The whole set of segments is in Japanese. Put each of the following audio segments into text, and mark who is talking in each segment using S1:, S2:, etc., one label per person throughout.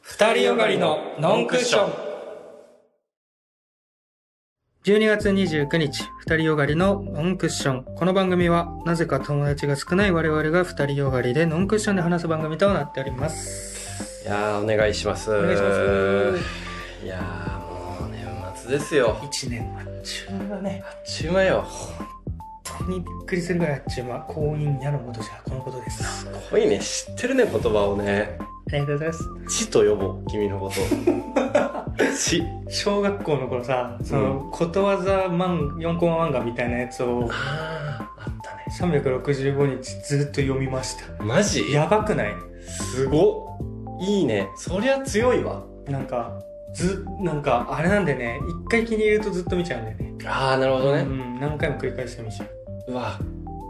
S1: 二人よがりのノンクッション。
S2: 12月29日、二人よがりのノンクッション。この番組は、なぜか友達が少ない我々が二人よがりでノンクッションで話す番組となっております。
S3: いやーお願いします。
S2: お願いします。
S3: いやーもう年末ですよ。
S2: 一年あっちゅう間ね
S3: あ、っちゅう間よ。
S2: 本当にびっくりするぐらいあっちゅう間。婚姻やのもとじゃこのことですな。
S3: すごいね、知ってるね、言葉をね。
S2: ありがとうございます。
S3: ちと呼ぼう、君 のこと。ち。
S2: 小学校の頃さ、その、ことわざ漫4コマ漫画みたいなやつを、
S3: あー、あったね。
S2: 365日ずっと読みました。
S3: マジ
S2: やばくない
S3: すごっ。いいね。そりゃ強いわ。
S2: なんか、ず、なんか、あれなんでね、一回気に入るとずっと見ちゃうんだよね。
S3: あー、なるほど
S2: う
S3: ね。
S2: ん、何回も繰り返して見ちゃう。
S3: うわ、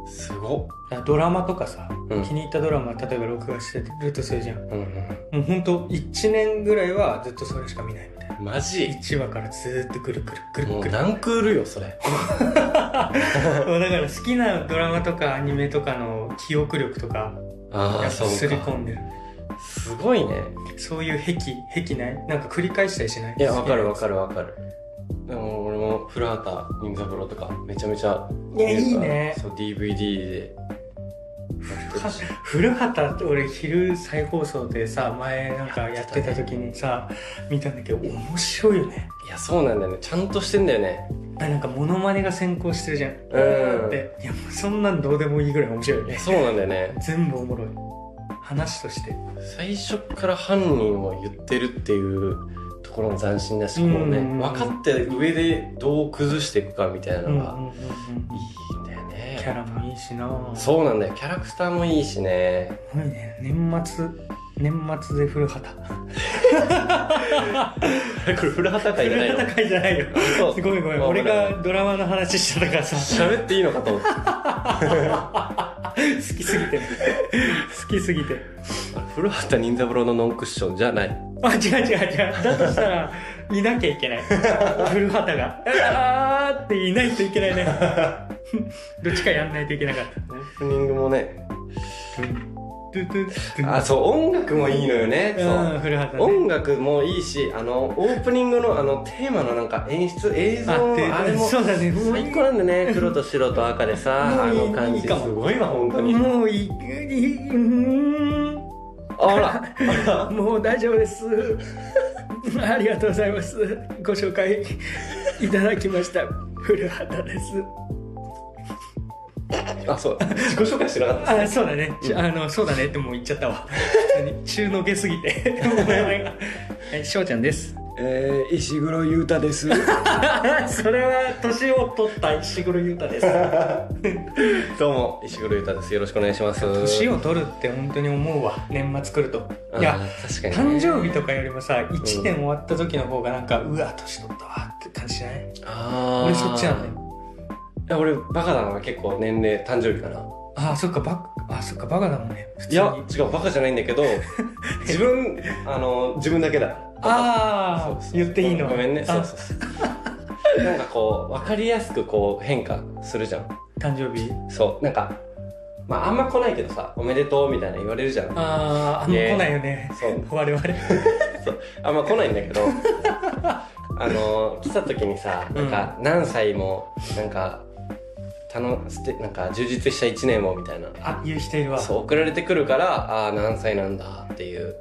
S3: すごっ。
S2: だからドラマとかさ、
S3: うん
S2: 気に入ったドラマ、例えば録画してるとするじゃん。も
S3: うんうん
S2: うほんと、1年ぐらいはずっとそれしか見ないみたいな。
S3: マジ
S2: 1話からずっとぐるぐるぐる
S3: も
S2: ぐ
S3: う
S2: る。
S3: 何クールよ、それ。
S2: そうだから好きなドラマとかアニメとかの記憶力とか、や
S3: ああ、
S2: っぱ
S3: そ
S2: すり
S3: う
S2: 込
S3: か。
S2: んでる。
S3: すごいね。
S2: そういう癖、癖ないなんか繰り返したりしない
S3: いや、わかる
S2: る。
S3: わかるわかる。でも俺も古畑任三郎とかめちゃめちゃ
S2: いや、い
S3: 見
S2: い
S3: るから
S2: ね。
S3: そう、DVD で。
S2: 古畑って俺昼再放送でさ前なんかやってた時にさ見たんだけど面白いよね
S3: いや、そうなんだよね。ちゃんとしてんだよね。
S2: あなんかモノマネが先行してるじゃん
S3: うん
S2: でいやもうそんなんどうでもいいぐらい面白いよ
S3: いや、
S2: ね
S3: そうなんだよね。
S2: 全部おもろい話として
S3: 最初から犯人を言ってるっていうところの斬新な思考をね、
S2: うん
S3: 分かった上でどう崩していくかみたいな
S2: うんう
S3: の
S2: ん
S3: が
S2: うんうん
S3: いいんだよね。
S2: キャラもいいしなう
S3: そうなんだよ。キャラクターもいいし ね。
S2: すごいね年末年末で古畑
S3: これ古畑会じゃない
S2: 古
S3: の
S2: 畑会じゃないよ
S3: そ う
S2: すごいごめん
S3: まあ
S2: 俺がドラマの話してたからさ
S3: 喋っていいのかと思って。
S2: 好きすぎて好きすぎて
S3: 古畑任三郎のノンクッションじゃない。
S2: あ、違う違う違う。だとしたら、いなきゃいけ ない。古畑が。あーっていないといけないね。 どっちかやんないといけなかった。
S3: オープニングもね。
S2: トゥトゥトゥ
S3: あ、そう、音楽もいいのよね。
S2: うん、
S3: そう。
S2: 古畑ね。
S3: 音楽もいいし、あの、オープニングのあの、テーマのなんか演出、映像
S2: あ
S3: も
S2: っ、て
S3: あれも、
S2: そうだね。もうい
S3: 最高なんだね。黒と白と赤でさ、あ
S2: もういい
S3: の感
S2: いい
S3: じ。
S2: かも
S3: すごいわ、本当
S2: い。
S3: に。
S2: もういい、いい、うーん
S3: あら、
S2: もう大丈夫です。 ありがとうございます。ご紹介いただきました。古畑です。
S3: あ、そう。自己紹介してなかった。
S2: あそうだね、ちあのそうだねってもう言っちゃったわ普 通に中の下すぎ てごめんごめんはい翔ちゃんです
S3: えー、石黒優太で す。
S2: それは年を取った石黒優太 です
S3: どうも、石黒優太です。よろしくお願いします。
S2: 年を取るって本当に思うわ年末来るといや
S3: あー、確かに、
S2: 誕
S3: ね。
S2: 生日とかよりもさ1年終わった時の方がなんかうわ年取ったわって感じじゃない
S3: あー
S2: 俺そっちなんだよ
S3: いや俺、バカだな、結構年齢、誕生日かな。
S2: あーそっかバカあそっかバカだもんね普
S3: い
S2: 通に
S3: や、違う、バカじゃないんだ けど、自分、あの、自分だけだ。
S2: あ
S3: そう
S2: あ
S3: そう
S2: 言っていいの
S3: ごめんね。
S2: あ
S3: そうそうそう。なんかこう、わかりやすくこう、変化するじゃん。
S2: 誕生日
S3: そう、なんか、まあ、あんま来ないけどさ、おめでとうみたいな言われるじゃん。
S2: あああんま来ないよね
S3: そう
S2: 我々
S3: そうあんま来ないんだけど、 あの、来た時にさ、なんか、何歳も、なんか、楽しなんか、充実した一年をみたいな。
S2: あ言う人いるわ
S3: そう、送られてくるから、ああー、何歳なんだっていう。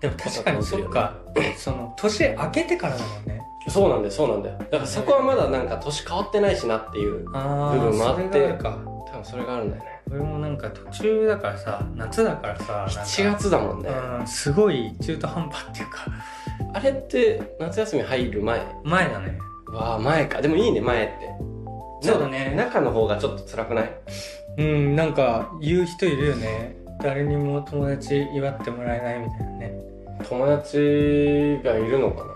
S2: でも確かにそっか、 その年明けてからだもんね。
S3: そうなんだよ、そうなんだよ。だからそこはまだなんか年変わってないしなっていう、
S2: あ
S3: 部分もあって
S2: それがあるか。
S3: 多分それがあるんだよね。
S2: 俺もなんか途中だからさ、夏だからさ、なんか
S3: 7月だもんね。
S2: うん、すごい中途半端っていうか、
S3: あれって夏休み入る前。
S2: 前だね。
S3: わあ、前か。でもいいね、前って。
S2: そうだね
S3: な中の方がちょっと辛くない
S2: うん、なんか言う人いるよね。誰にも友達祝ってもらえないみたいなね。
S3: 友達がいるのかな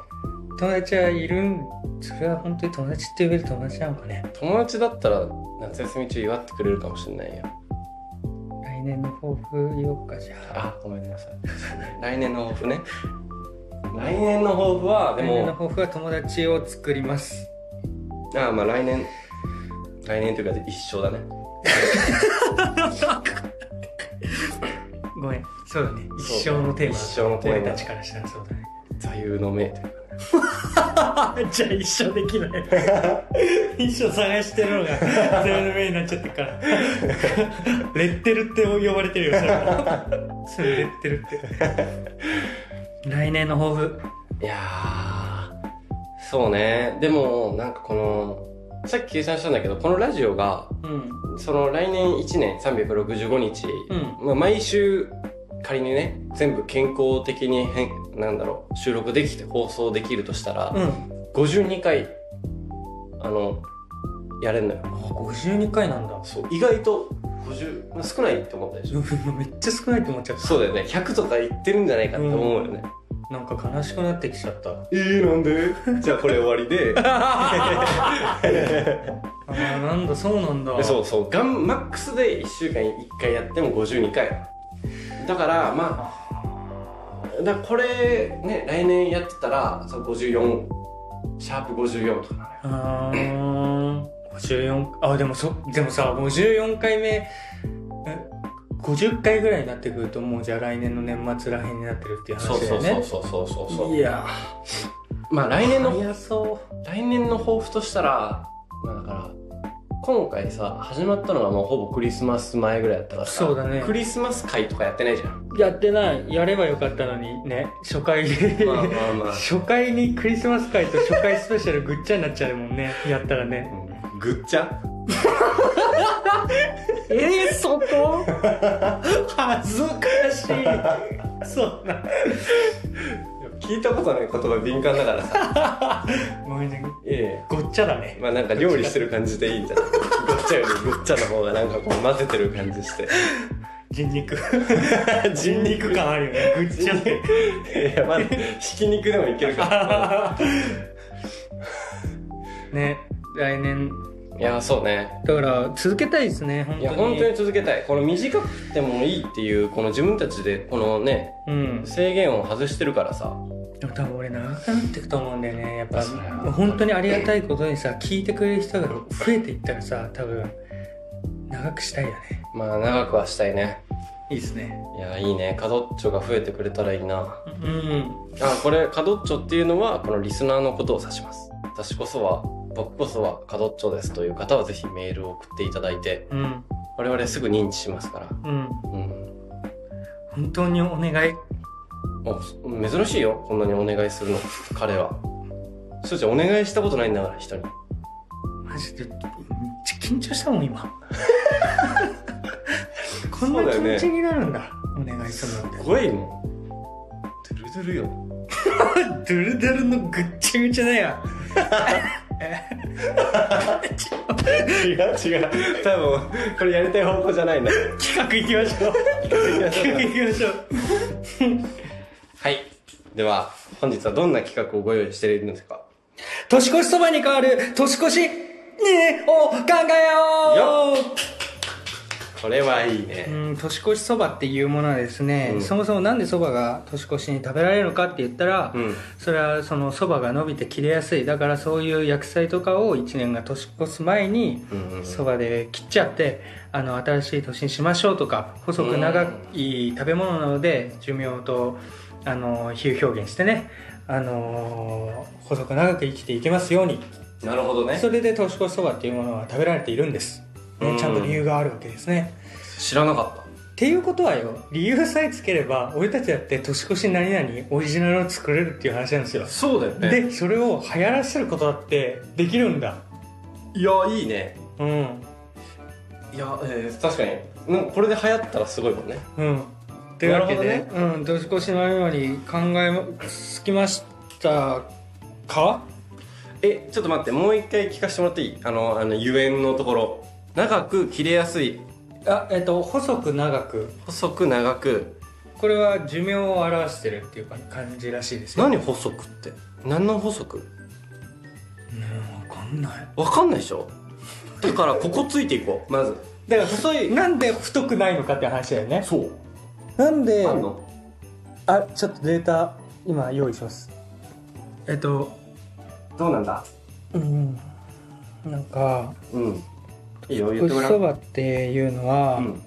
S2: 友達はいるん、それは本当に友達って呼べる友達なのかね。
S3: 友達だったら夏休み中祝ってくれるかもしれないよ。
S2: 来年の抱負言おうかじゃあ。
S3: あ、ごめんなさい。 来年の抱負ね。来年の抱負は、で
S2: 来年の
S3: も、
S2: 抱負は友達を作ります。
S3: ああ、まあ来年、来年というか一生だね。
S2: ごめんそうだね一
S3: そう
S2: 生のテーマ
S3: 一生のテーマ
S2: 俺たちからしたらそうだね
S3: 座右の銘というか
S2: じゃあ一生できない 一生探してるのが全の目になっちゃったからレッテルって呼ばれてるよそれは それレッテルって来年の抱負
S3: いやーそうねでもなんかこのさっき計算したんだけどこのラジオが
S2: うん
S3: その来年1年365日、
S2: うん
S3: まあ、毎週仮にね全部健康的に変なんだろう収録できて放送できるとしたら、
S2: うん
S3: 52回あのやれんのよ
S2: あ52回なんだ
S3: そう意外と50、まあ、少ないって思ったでしょ
S2: めっちゃ少ないと思っちゃっ
S3: そうだよね100とかいってるんじゃないかって思うよね、
S2: たなんか悲しくなってきちゃった
S3: えー、なんでじゃあこれ終わり で
S2: あーなんだそうなんだ
S3: でそうそうガンマックスで1週間に1回やっても52回だからまあだからこれね来年やってたらそう54シャープ54とかなのよ
S2: あー54あでもそでもさ54回目え50回ぐらいになってくるともうじゃあ来年の年末らへんになってるっていう
S3: そう
S2: 話だ
S3: そ
S2: よ
S3: う
S2: ね
S3: そうそうそうそうそう
S2: いや
S3: まあ来年
S2: ー
S3: の
S2: 早そ
S3: 来年の抱負としたらまあだから今回さ始まったのがもうほぼクリスマス前ぐらいだったからさ
S2: そうだね
S3: クリスマス会とかやってないじゃ ん
S2: うやってないやればよかったのにね初回
S3: まあまあまあ
S2: 初回にクリスマス会と初回スペシャルぐっちゃになっちゃうもんねやったらね
S3: うん ぐっちゃ
S2: えー、そこ 恥ずかしいそんな
S3: 聞いたことない言葉敏感だからさ
S2: ごめんね
S3: いえい え
S2: ごっちゃだね
S3: まあなんか料理してる感じでいいんじゃないごっちゃよりごっちゃの方がなんかこう混ぜてる感じして
S2: 人肉 人肉感あるよねぐっちゃで
S3: いやまあひき肉でもいけるか
S2: ね来年
S3: らいやそうね
S2: だから続けたいですね本当に
S3: いや本当に続けたいこの短くてもいいっていうこの自分たちでこのね
S2: うん
S3: 制限を外してるからさ
S2: でも多分俺長くなっていくと思うんだよねやっぱ
S3: それは
S2: 本当にありがたいことにさ聞いてくれる人が増えていったらさ多分長くしたいよね
S3: まあ長くはしたいね
S2: いいですね
S3: いやいいねカドッチョが増えてくれたらいいな
S2: うん
S3: あこれカドッチョっていうのはこのリスナーのことを指します私こそは僕こそはカドッチョですという方はぜひメールを送っていただいて
S2: うん
S3: 我々すぐ認知しますから
S2: うん
S3: うん
S2: 本当にお願い
S3: おそ珍しいよこんなにお願いするの彼はすーちゃんお願いしたことないんだから人に
S2: マジでめっちゃ緊張したもん今こんな
S3: そうだ
S2: 気
S3: よね
S2: 持ちになるんだお願いするなんて
S3: ごいもんドゥルドゥルよ
S2: ドゥルドゥルのぐっちゃぐちゃだよ。
S3: 違う違う多分これやりたい方向じゃないんだ
S2: 企画行きましょう。企画行きましょう。
S3: はいでは本日はどんな企画をご用意しているんですか
S2: 年越しそばに変わる年越しねを考えよ
S3: これはいいうね
S2: うん、年越しそばっていうものはですね、
S3: うん
S2: そもそもなんでそばが年越しに食べられるのかって言ったら、
S3: うん
S2: それはそのそばが伸びて切れやすいだからそういう薬剤とかを1年が年越す前に
S3: うんうんうん
S2: そばで切っちゃってあの新しい年にしましょうとか細く長い食べ物なので寿命とあの比喩表現してねあの細く長く生きていけますように
S3: なるほどね
S2: それで年越しそばっていうものは食べられているんです、
S3: う
S2: ね
S3: ん、
S2: ちゃんと理由があるわけですね
S3: 知らなかっ
S2: っていうことはよ理由さえつければ俺たちだって年越し何々オリジナルを作れるっていう話なんですよ
S3: たそうだよ
S2: でそれを流行らせることだってできるんだ
S3: いやいいね
S2: うん
S3: いや、えー、確かになんかこれで流行ったらすごいもんね
S2: うんというわけで、
S3: なる
S2: うん、年越しのように考えつきましたか
S3: えちょっと待ってもう一回聞かせてもらっていいあのあのゆえんのところ長く切れやすい
S2: あえっと細く長く
S3: 細く長く
S2: これは寿命を表してるっていうか感じらしいですよ
S3: 何細くって何の細く
S2: うんわかんない
S3: わかんないでしょだからここついていこうまず
S2: だから細い なんで太くないのかって話だよね
S3: そう
S2: なんで
S3: あんの
S2: あちょっとデータ今用意しますえっと
S3: どうなんだ
S2: うんなんか
S3: うんいいよ言っ
S2: 年越
S3: てご
S2: し
S3: ら
S2: そ
S3: ん
S2: ばっていうのは、
S3: うん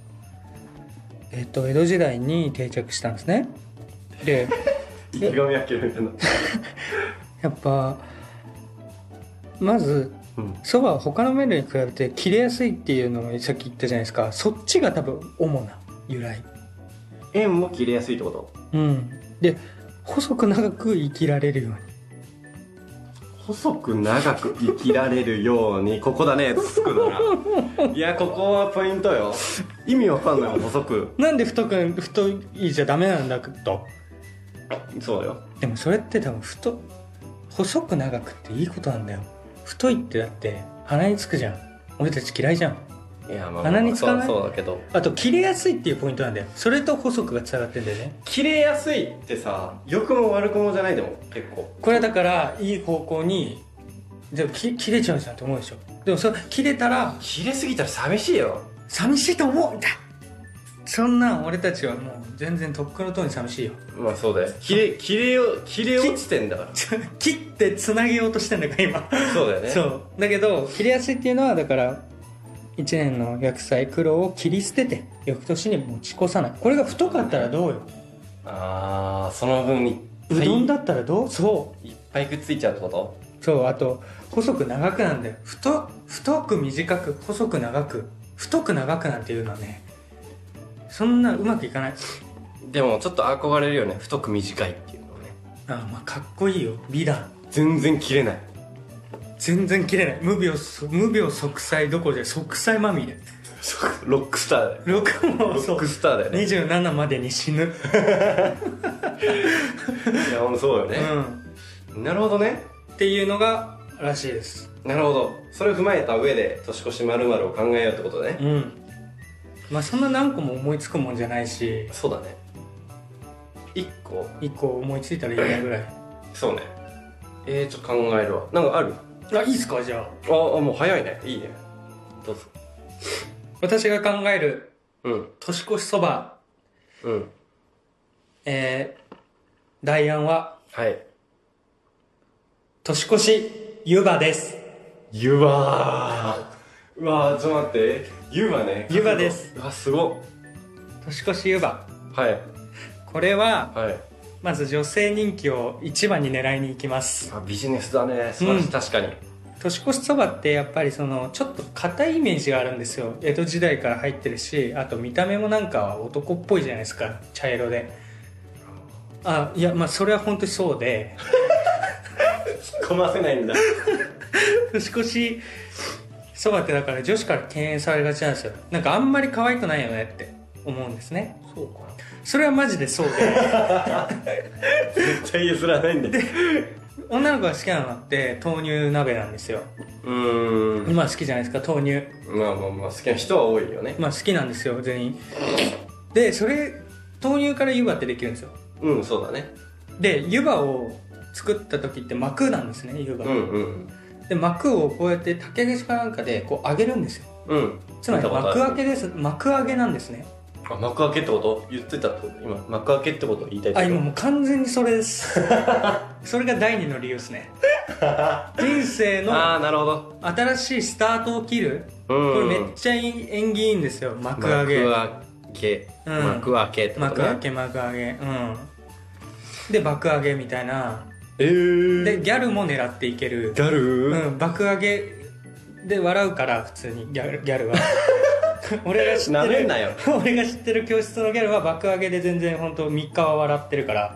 S2: えっと江戸時代に定着したんですねで
S3: 池上彰みたいな。
S2: やっぱまず
S3: うん。
S2: そばは他の麺類に比べて切れやすいっていうのをさっき言ったじゃないですかそっちが多分主な由来
S3: 円も切れやすいってこと
S2: うんで細く長く生きられるように
S3: 細く長く生きられるように、ここだね、つくなら。いや、ここはポイントよ。意味わかんないもん、細く。
S2: なんで太く太いじゃダメなんだと
S3: そうよ。
S2: でもそれって多分太細く長くっていいことなんだよ太いってだって鼻につくじゃん俺たち嫌いじゃん
S3: いや、まあ、
S2: 鼻につかない
S3: そうそうだけど。
S2: あと切れやすいっていうポイントなんだよそれと細くがつながってんだよね
S3: 切れやすいってさ、良くも悪くもじゃないでも、結構。
S2: これはだからいい方向にでもき切れちゃうじゃんと思うでしょでもそれ切れたら
S3: 切れすぎたら寂しいよ。
S2: 寂しいと思うんだそんなん俺たちはもう全然とっくのとに寂しいよ
S3: まあそうだよ。切れ、切れよ、切れ落ちてんだから。
S2: 切ってつなげようとしてんだから今
S3: そうだよね。
S2: そうだけど切りやすいっていうのはだから1年の薬剤苦労を切り捨てて翌年に持ち越さないこれが太かったらどうよ
S3: ああ、その分に。
S2: うどんだったらどう、そう
S3: いっぱいくっついちゃうってこと
S2: そうあと細く長くなんだよ太太く短く細く長く太く長くなんていうのはねそんなうまくいかない
S3: でもちょっと憧れるよね太く短いっていうのはね
S2: あーまあかっこいいよ美談
S3: 全然切れない
S2: 全然切れない無病そ無病息災どころじゃない息災まみれ
S3: ロックスターだよ
S2: 6も
S3: ロ
S2: そ
S3: ッ
S2: う
S3: クスターだよね
S2: 27までに死ぬ
S3: いやほんとそうよ
S2: う
S3: ね、
S2: ん
S3: なるほどね
S2: っていうのがらしいです
S3: なるほどそれを踏まえた上で年越しまるを考えようってことね、
S2: うんまあそんな何個も思いつくもんじゃないし
S3: そうだね一個
S2: 1個思いついたらいいなぐらい
S3: そうねえー、ちょっと考えるわなんかある
S2: あいいっすかじゃあ
S3: ああもう早いねいいねどうぞ
S2: 私が考える
S3: うん
S2: 年越しそば
S3: うん
S2: えー、大安は
S3: はい
S2: 年越し湯葉です
S3: 湯葉うわーちょっと待って湯葉ね
S2: 湯葉です
S3: あすごっ
S2: 年越し湯葉
S3: はい
S2: これは
S3: はい
S2: まず女性人気を一番に狙いに行きます
S3: あビジネスだね素晴らしい、
S2: うん
S3: 確かに
S2: 年越しそばってやっぱりそのちょっと硬いイメージがあるんですよ江戸時代から入ってるしあと見た目もなんかは男っぽいじゃないですか茶色であいやまあそれは本当にそうで
S3: 突っ込ませないんだ
S2: 年越しそばってだから女子から敬遠されがちなんですよなんかあんまり可愛くないよねって思うんですね
S3: そうか
S2: それはマジでそうで
S3: 絶対譲らないんだ
S2: 女の子が好きなのって豆乳鍋なんですよ
S3: うーん
S2: 今好きじゃないですか豆乳
S3: まあまあまあ好きな人は多いよね
S2: まあ好きなんですよ全員でそれ豆乳から湯葉ってできるんですよ
S3: うんそうだね
S2: で湯葉を作った時って膜なんですね湯葉、
S3: うんうん
S2: で膜をこうやって竹串かなんかでこう揚げるんですよ
S3: うん
S2: つまり
S3: 見たことあ
S2: 膜
S3: る
S2: 開けです膜揚げなんですね
S3: あ幕開けってこと言ってたってこと今幕開けってこと言いたいって
S2: あ
S3: こと
S2: 今もう完全にそれです それが第二の理由ですね人生の
S3: ああなるほど
S2: 新しいスタートを切る
S3: うん
S2: これめっちゃいい縁起いいんですよ膜揚げ
S3: 幕開け
S2: うん
S3: 幕開けってことね
S2: 幕開け幕揚げうんで爆上げみたいな
S3: えー
S2: でギャルも狙っていける
S3: ギャル
S2: うん、爆上げで笑うから普通にギャルギャ ルは俺が知っ
S3: な
S2: て
S3: めん
S2: る
S3: なよ
S2: 俺が知ってる教室のギャルは爆上げで全然本当3日は笑ってるから
S3: わ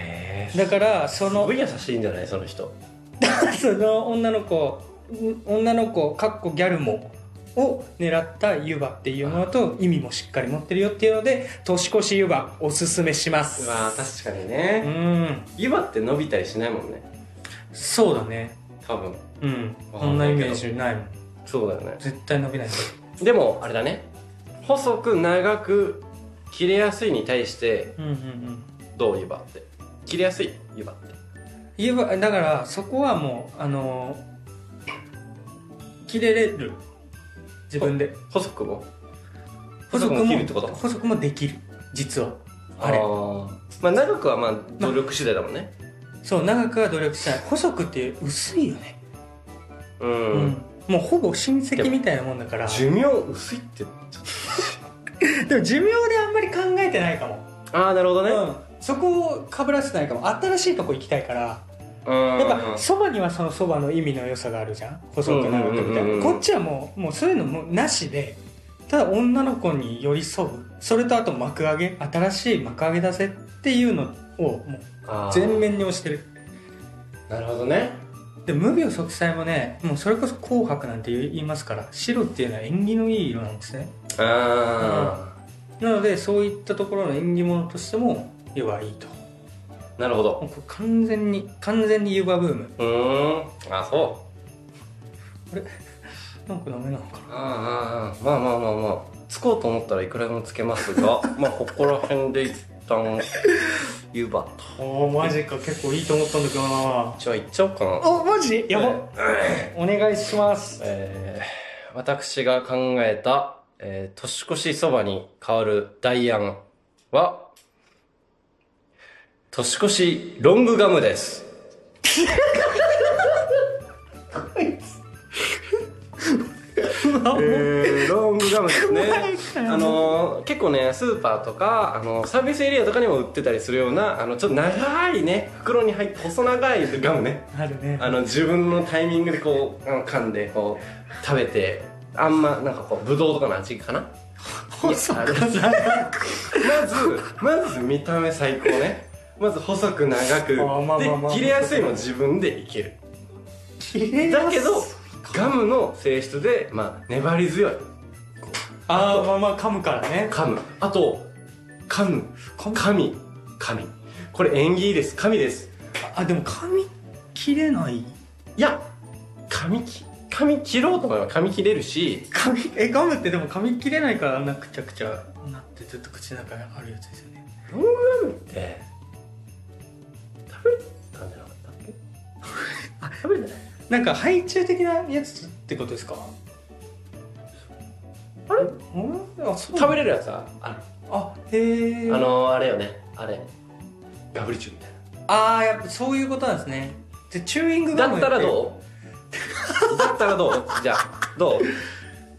S3: えー
S2: だからそ
S3: すご
S2: の
S3: い優しいんじゃないその人
S2: その女の子ん女の子かっこギャルもを狙った湯葉っていうのと意味もしっかり持ってるよっていうので年越し湯葉おすすめします
S3: うわー確かに
S2: う
S3: ね
S2: ん
S3: 今って伸びたりしないもんね
S2: そうだね
S3: 多分
S2: うんこ
S3: わか
S2: ん
S3: ん
S2: な
S3: な
S2: イ
S3: いけ
S2: メ
S3: ど
S2: ージないもん
S3: そうだよね
S2: 絶対伸びない
S3: でもあれだね細く長く切れやすいに対して
S2: うんうんうん
S3: どう湯葉って切れやすい湯葉って
S2: 言えばだからそこはもうあのー切れれる自分で
S3: 細くも
S2: 細くも
S3: 切るってこと
S2: 細くもできる実はあ
S3: れ
S2: れ
S3: まあ長くはまあ努力次第だもんね
S2: そう長くは努力しない細くって薄いよね、
S3: う、
S2: うんんもうほぼ親戚みたいなもんだから
S3: 寿命薄いってちょっ
S2: でも寿命であんまり考えてないかも、
S3: ああなるほどね
S2: うん、そこをかぶらせてないかも新しいとこ行きたいから
S3: うん
S2: やっぱそばにはそのそばの意味の良さがあるじゃん細くなるとみたい
S3: うんうんうんう
S2: なんこっちはもうもうそういうのもなしでただ女の子に寄り添うそれとあと幕上げ新しい幕上げだぜっていうのをもう
S3: あー
S2: 全面に押してる
S3: なるほどね
S2: で無病息災もねもうそれこそ紅白なんて言いますから白っていうのは縁起のいい色なんですね
S3: あ
S2: なのでそういったところの縁起物としても湯葉いいと
S3: あなるほど
S2: もうこれ完全に完全に湯葉ブーム
S3: うーんあそう
S2: なんかダメなのか
S3: あーあーあーまあまあまあまあつこうと思ったらいくらでもつけます がまあここら辺で一旦湯葉と
S2: なおーマジか結構いいと思ったんだけどな
S3: じゃあ行っちゃおうかな
S2: おマジやば、
S3: えー
S2: お願いします
S3: えー私が考えた、えー年越しそばに変わる代案は、年越しロングガムです。ロングガムですね。あのー結構ね、スーパーとか、あのーサービスエリアとかにも売ってたりするような、あの、ちょっと長いね、袋に入って細長いガムね。
S2: あるね
S3: あの自分のタイミングでこうあの噛んでこう食べてあんまなんかこうブドウとかの味かないや
S2: 細
S3: あ
S2: く
S3: の
S2: 長く
S3: まずまず見た目最高ねまず細く長く
S2: あーまあまあまあ
S3: で切れやすいの自分でいける
S2: 切れやす
S3: だけどガムの性質で、まあ、粘り強い
S2: ああまあまあ噛むからね
S3: 噛むあと噛む噛み噛みこれ縁起いいです神です
S2: あでも噛み切れない
S3: いや紙き紙切ろうと思えば紙切れるし
S2: 噛みえガムってでも噛み切れないからあんなくちゃくちゃなってずっと口の中にあるやつですよね
S3: ロングラムって食べたんじゃなかったっけあ食べてない
S2: なんか配中的なやつってことですか
S3: あれ
S2: うんあそう
S3: 食べれるやつはあ
S2: あへえ
S3: るあのー、あれよねあれガブリチュウみたい
S2: あーやっぱそういうことなんですねでチューイングガ
S3: な
S2: ム
S3: だったら
S2: う
S3: どうだったらどうじゃあどう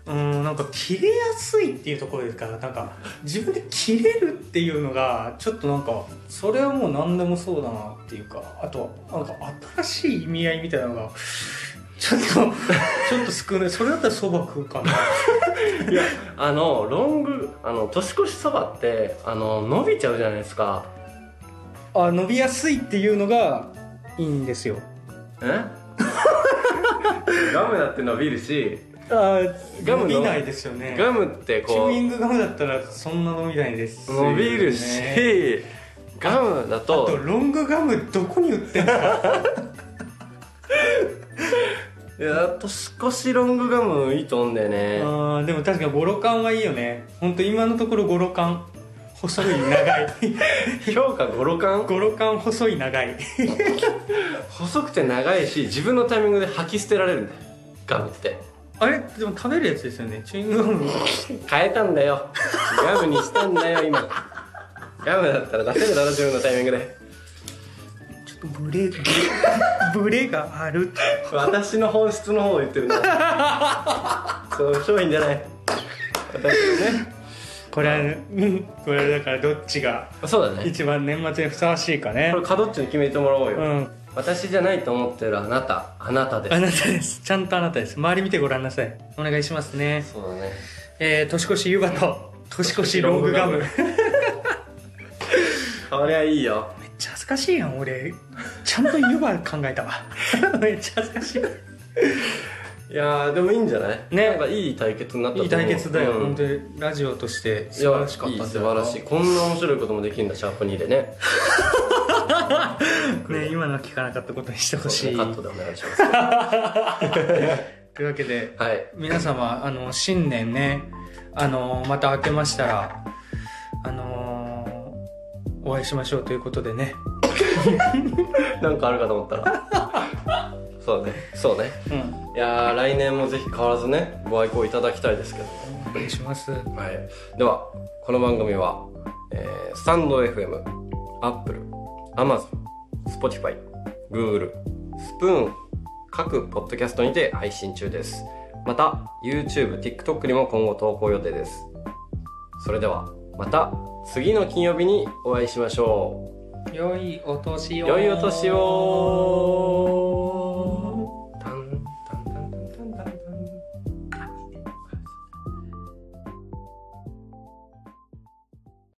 S2: うーんなんか切れやすいっていうところですからなんか自分で切れるっていうのがちょっとなんかそれはもう何でもそうだなっていうかあとなんか新しい意味合いみたいなのがちょっと ちょっと少ないそれだったらそば食うかな
S3: いやあのロングあの年越しそばってあの伸びちゃうじゃないですか
S2: あ伸びやすいっていうのがいいんですよ
S3: えガムだって伸びるし
S2: あ
S3: ガム
S2: 伸び
S3: の
S2: ないですよね
S3: ガムって
S2: チュ
S3: こ
S2: ー
S3: う
S2: イングガムだったらそんな伸びないですよね
S3: 伸びるし、ガムだ
S2: あと
S3: と
S2: ロングガムどこに売ってんの
S3: いや年越しロングガムいいと思うんだよね
S2: あーでも確かにゴロ缶はいいよね本当今のところゴロ缶細い長い
S3: 評価5、6巻
S2: ゴロ缶細い長い
S3: 細くて長いし自分のタイミングで吐き捨てられるんだよガムって
S2: あれでも食べるやつですよねチューイングガム
S3: 変えたんだよガムにしたんだよ今ガムだったら出せるだろ自分のタイミングで
S2: ちょっとブレ ブレがある
S3: 私の本質の方を言ってるなそう商品じゃない私のね
S2: これは、うんこれはだからどっちが
S3: そうだね
S2: 一番年末にふさわしいかね
S3: これ角っちに決めてもらおうよ、
S2: うん
S3: 私じゃないと思ってるあなたあなたで
S2: あ
S3: す
S2: なたですちゃんとあなたです周り見てごらんなさいお願いしますね
S3: そうだね
S2: えー、年越し夕方と年越しロングガムめっ
S3: そりゃいいよ
S2: ちゃ恥ずかしいやん俺ちゃんと湯葉考えたわ めっちゃ恥ずかしい
S3: いやーでもいいんじゃない
S2: ね
S3: なんかいい対決になったと思う
S2: いい対決だよ、
S3: うん
S2: 本当にラジオとして
S3: い
S2: 素晴
S3: や
S2: らしかった
S3: いい
S2: んだよ
S3: 素晴らしいこんな面白いこともできるんだシャープ2でね
S2: ね今のは聞かなかったことにしてほしい
S3: カット
S2: と
S3: でお願いしますは
S2: いうわけで
S3: い
S2: 皆様あの新年ねあのまた明けましたらあのお会いしましょうということでね、
S3: なんかあるかと思ったら そうねそうね
S2: うん、
S3: いやー来年もぜひ変わらずねご愛顧いただきたいですけど
S2: お願いします
S3: はいではこの番組は、えースタンド FM アップルアマゾンスポティファイグーグルスプーン各ポッドキャストにて配信中ですまた YouTubeTikTok にも今後投稿予定ですそれではまた次の金曜日にお会いしましょう
S2: 良いお年を
S3: 良いお年を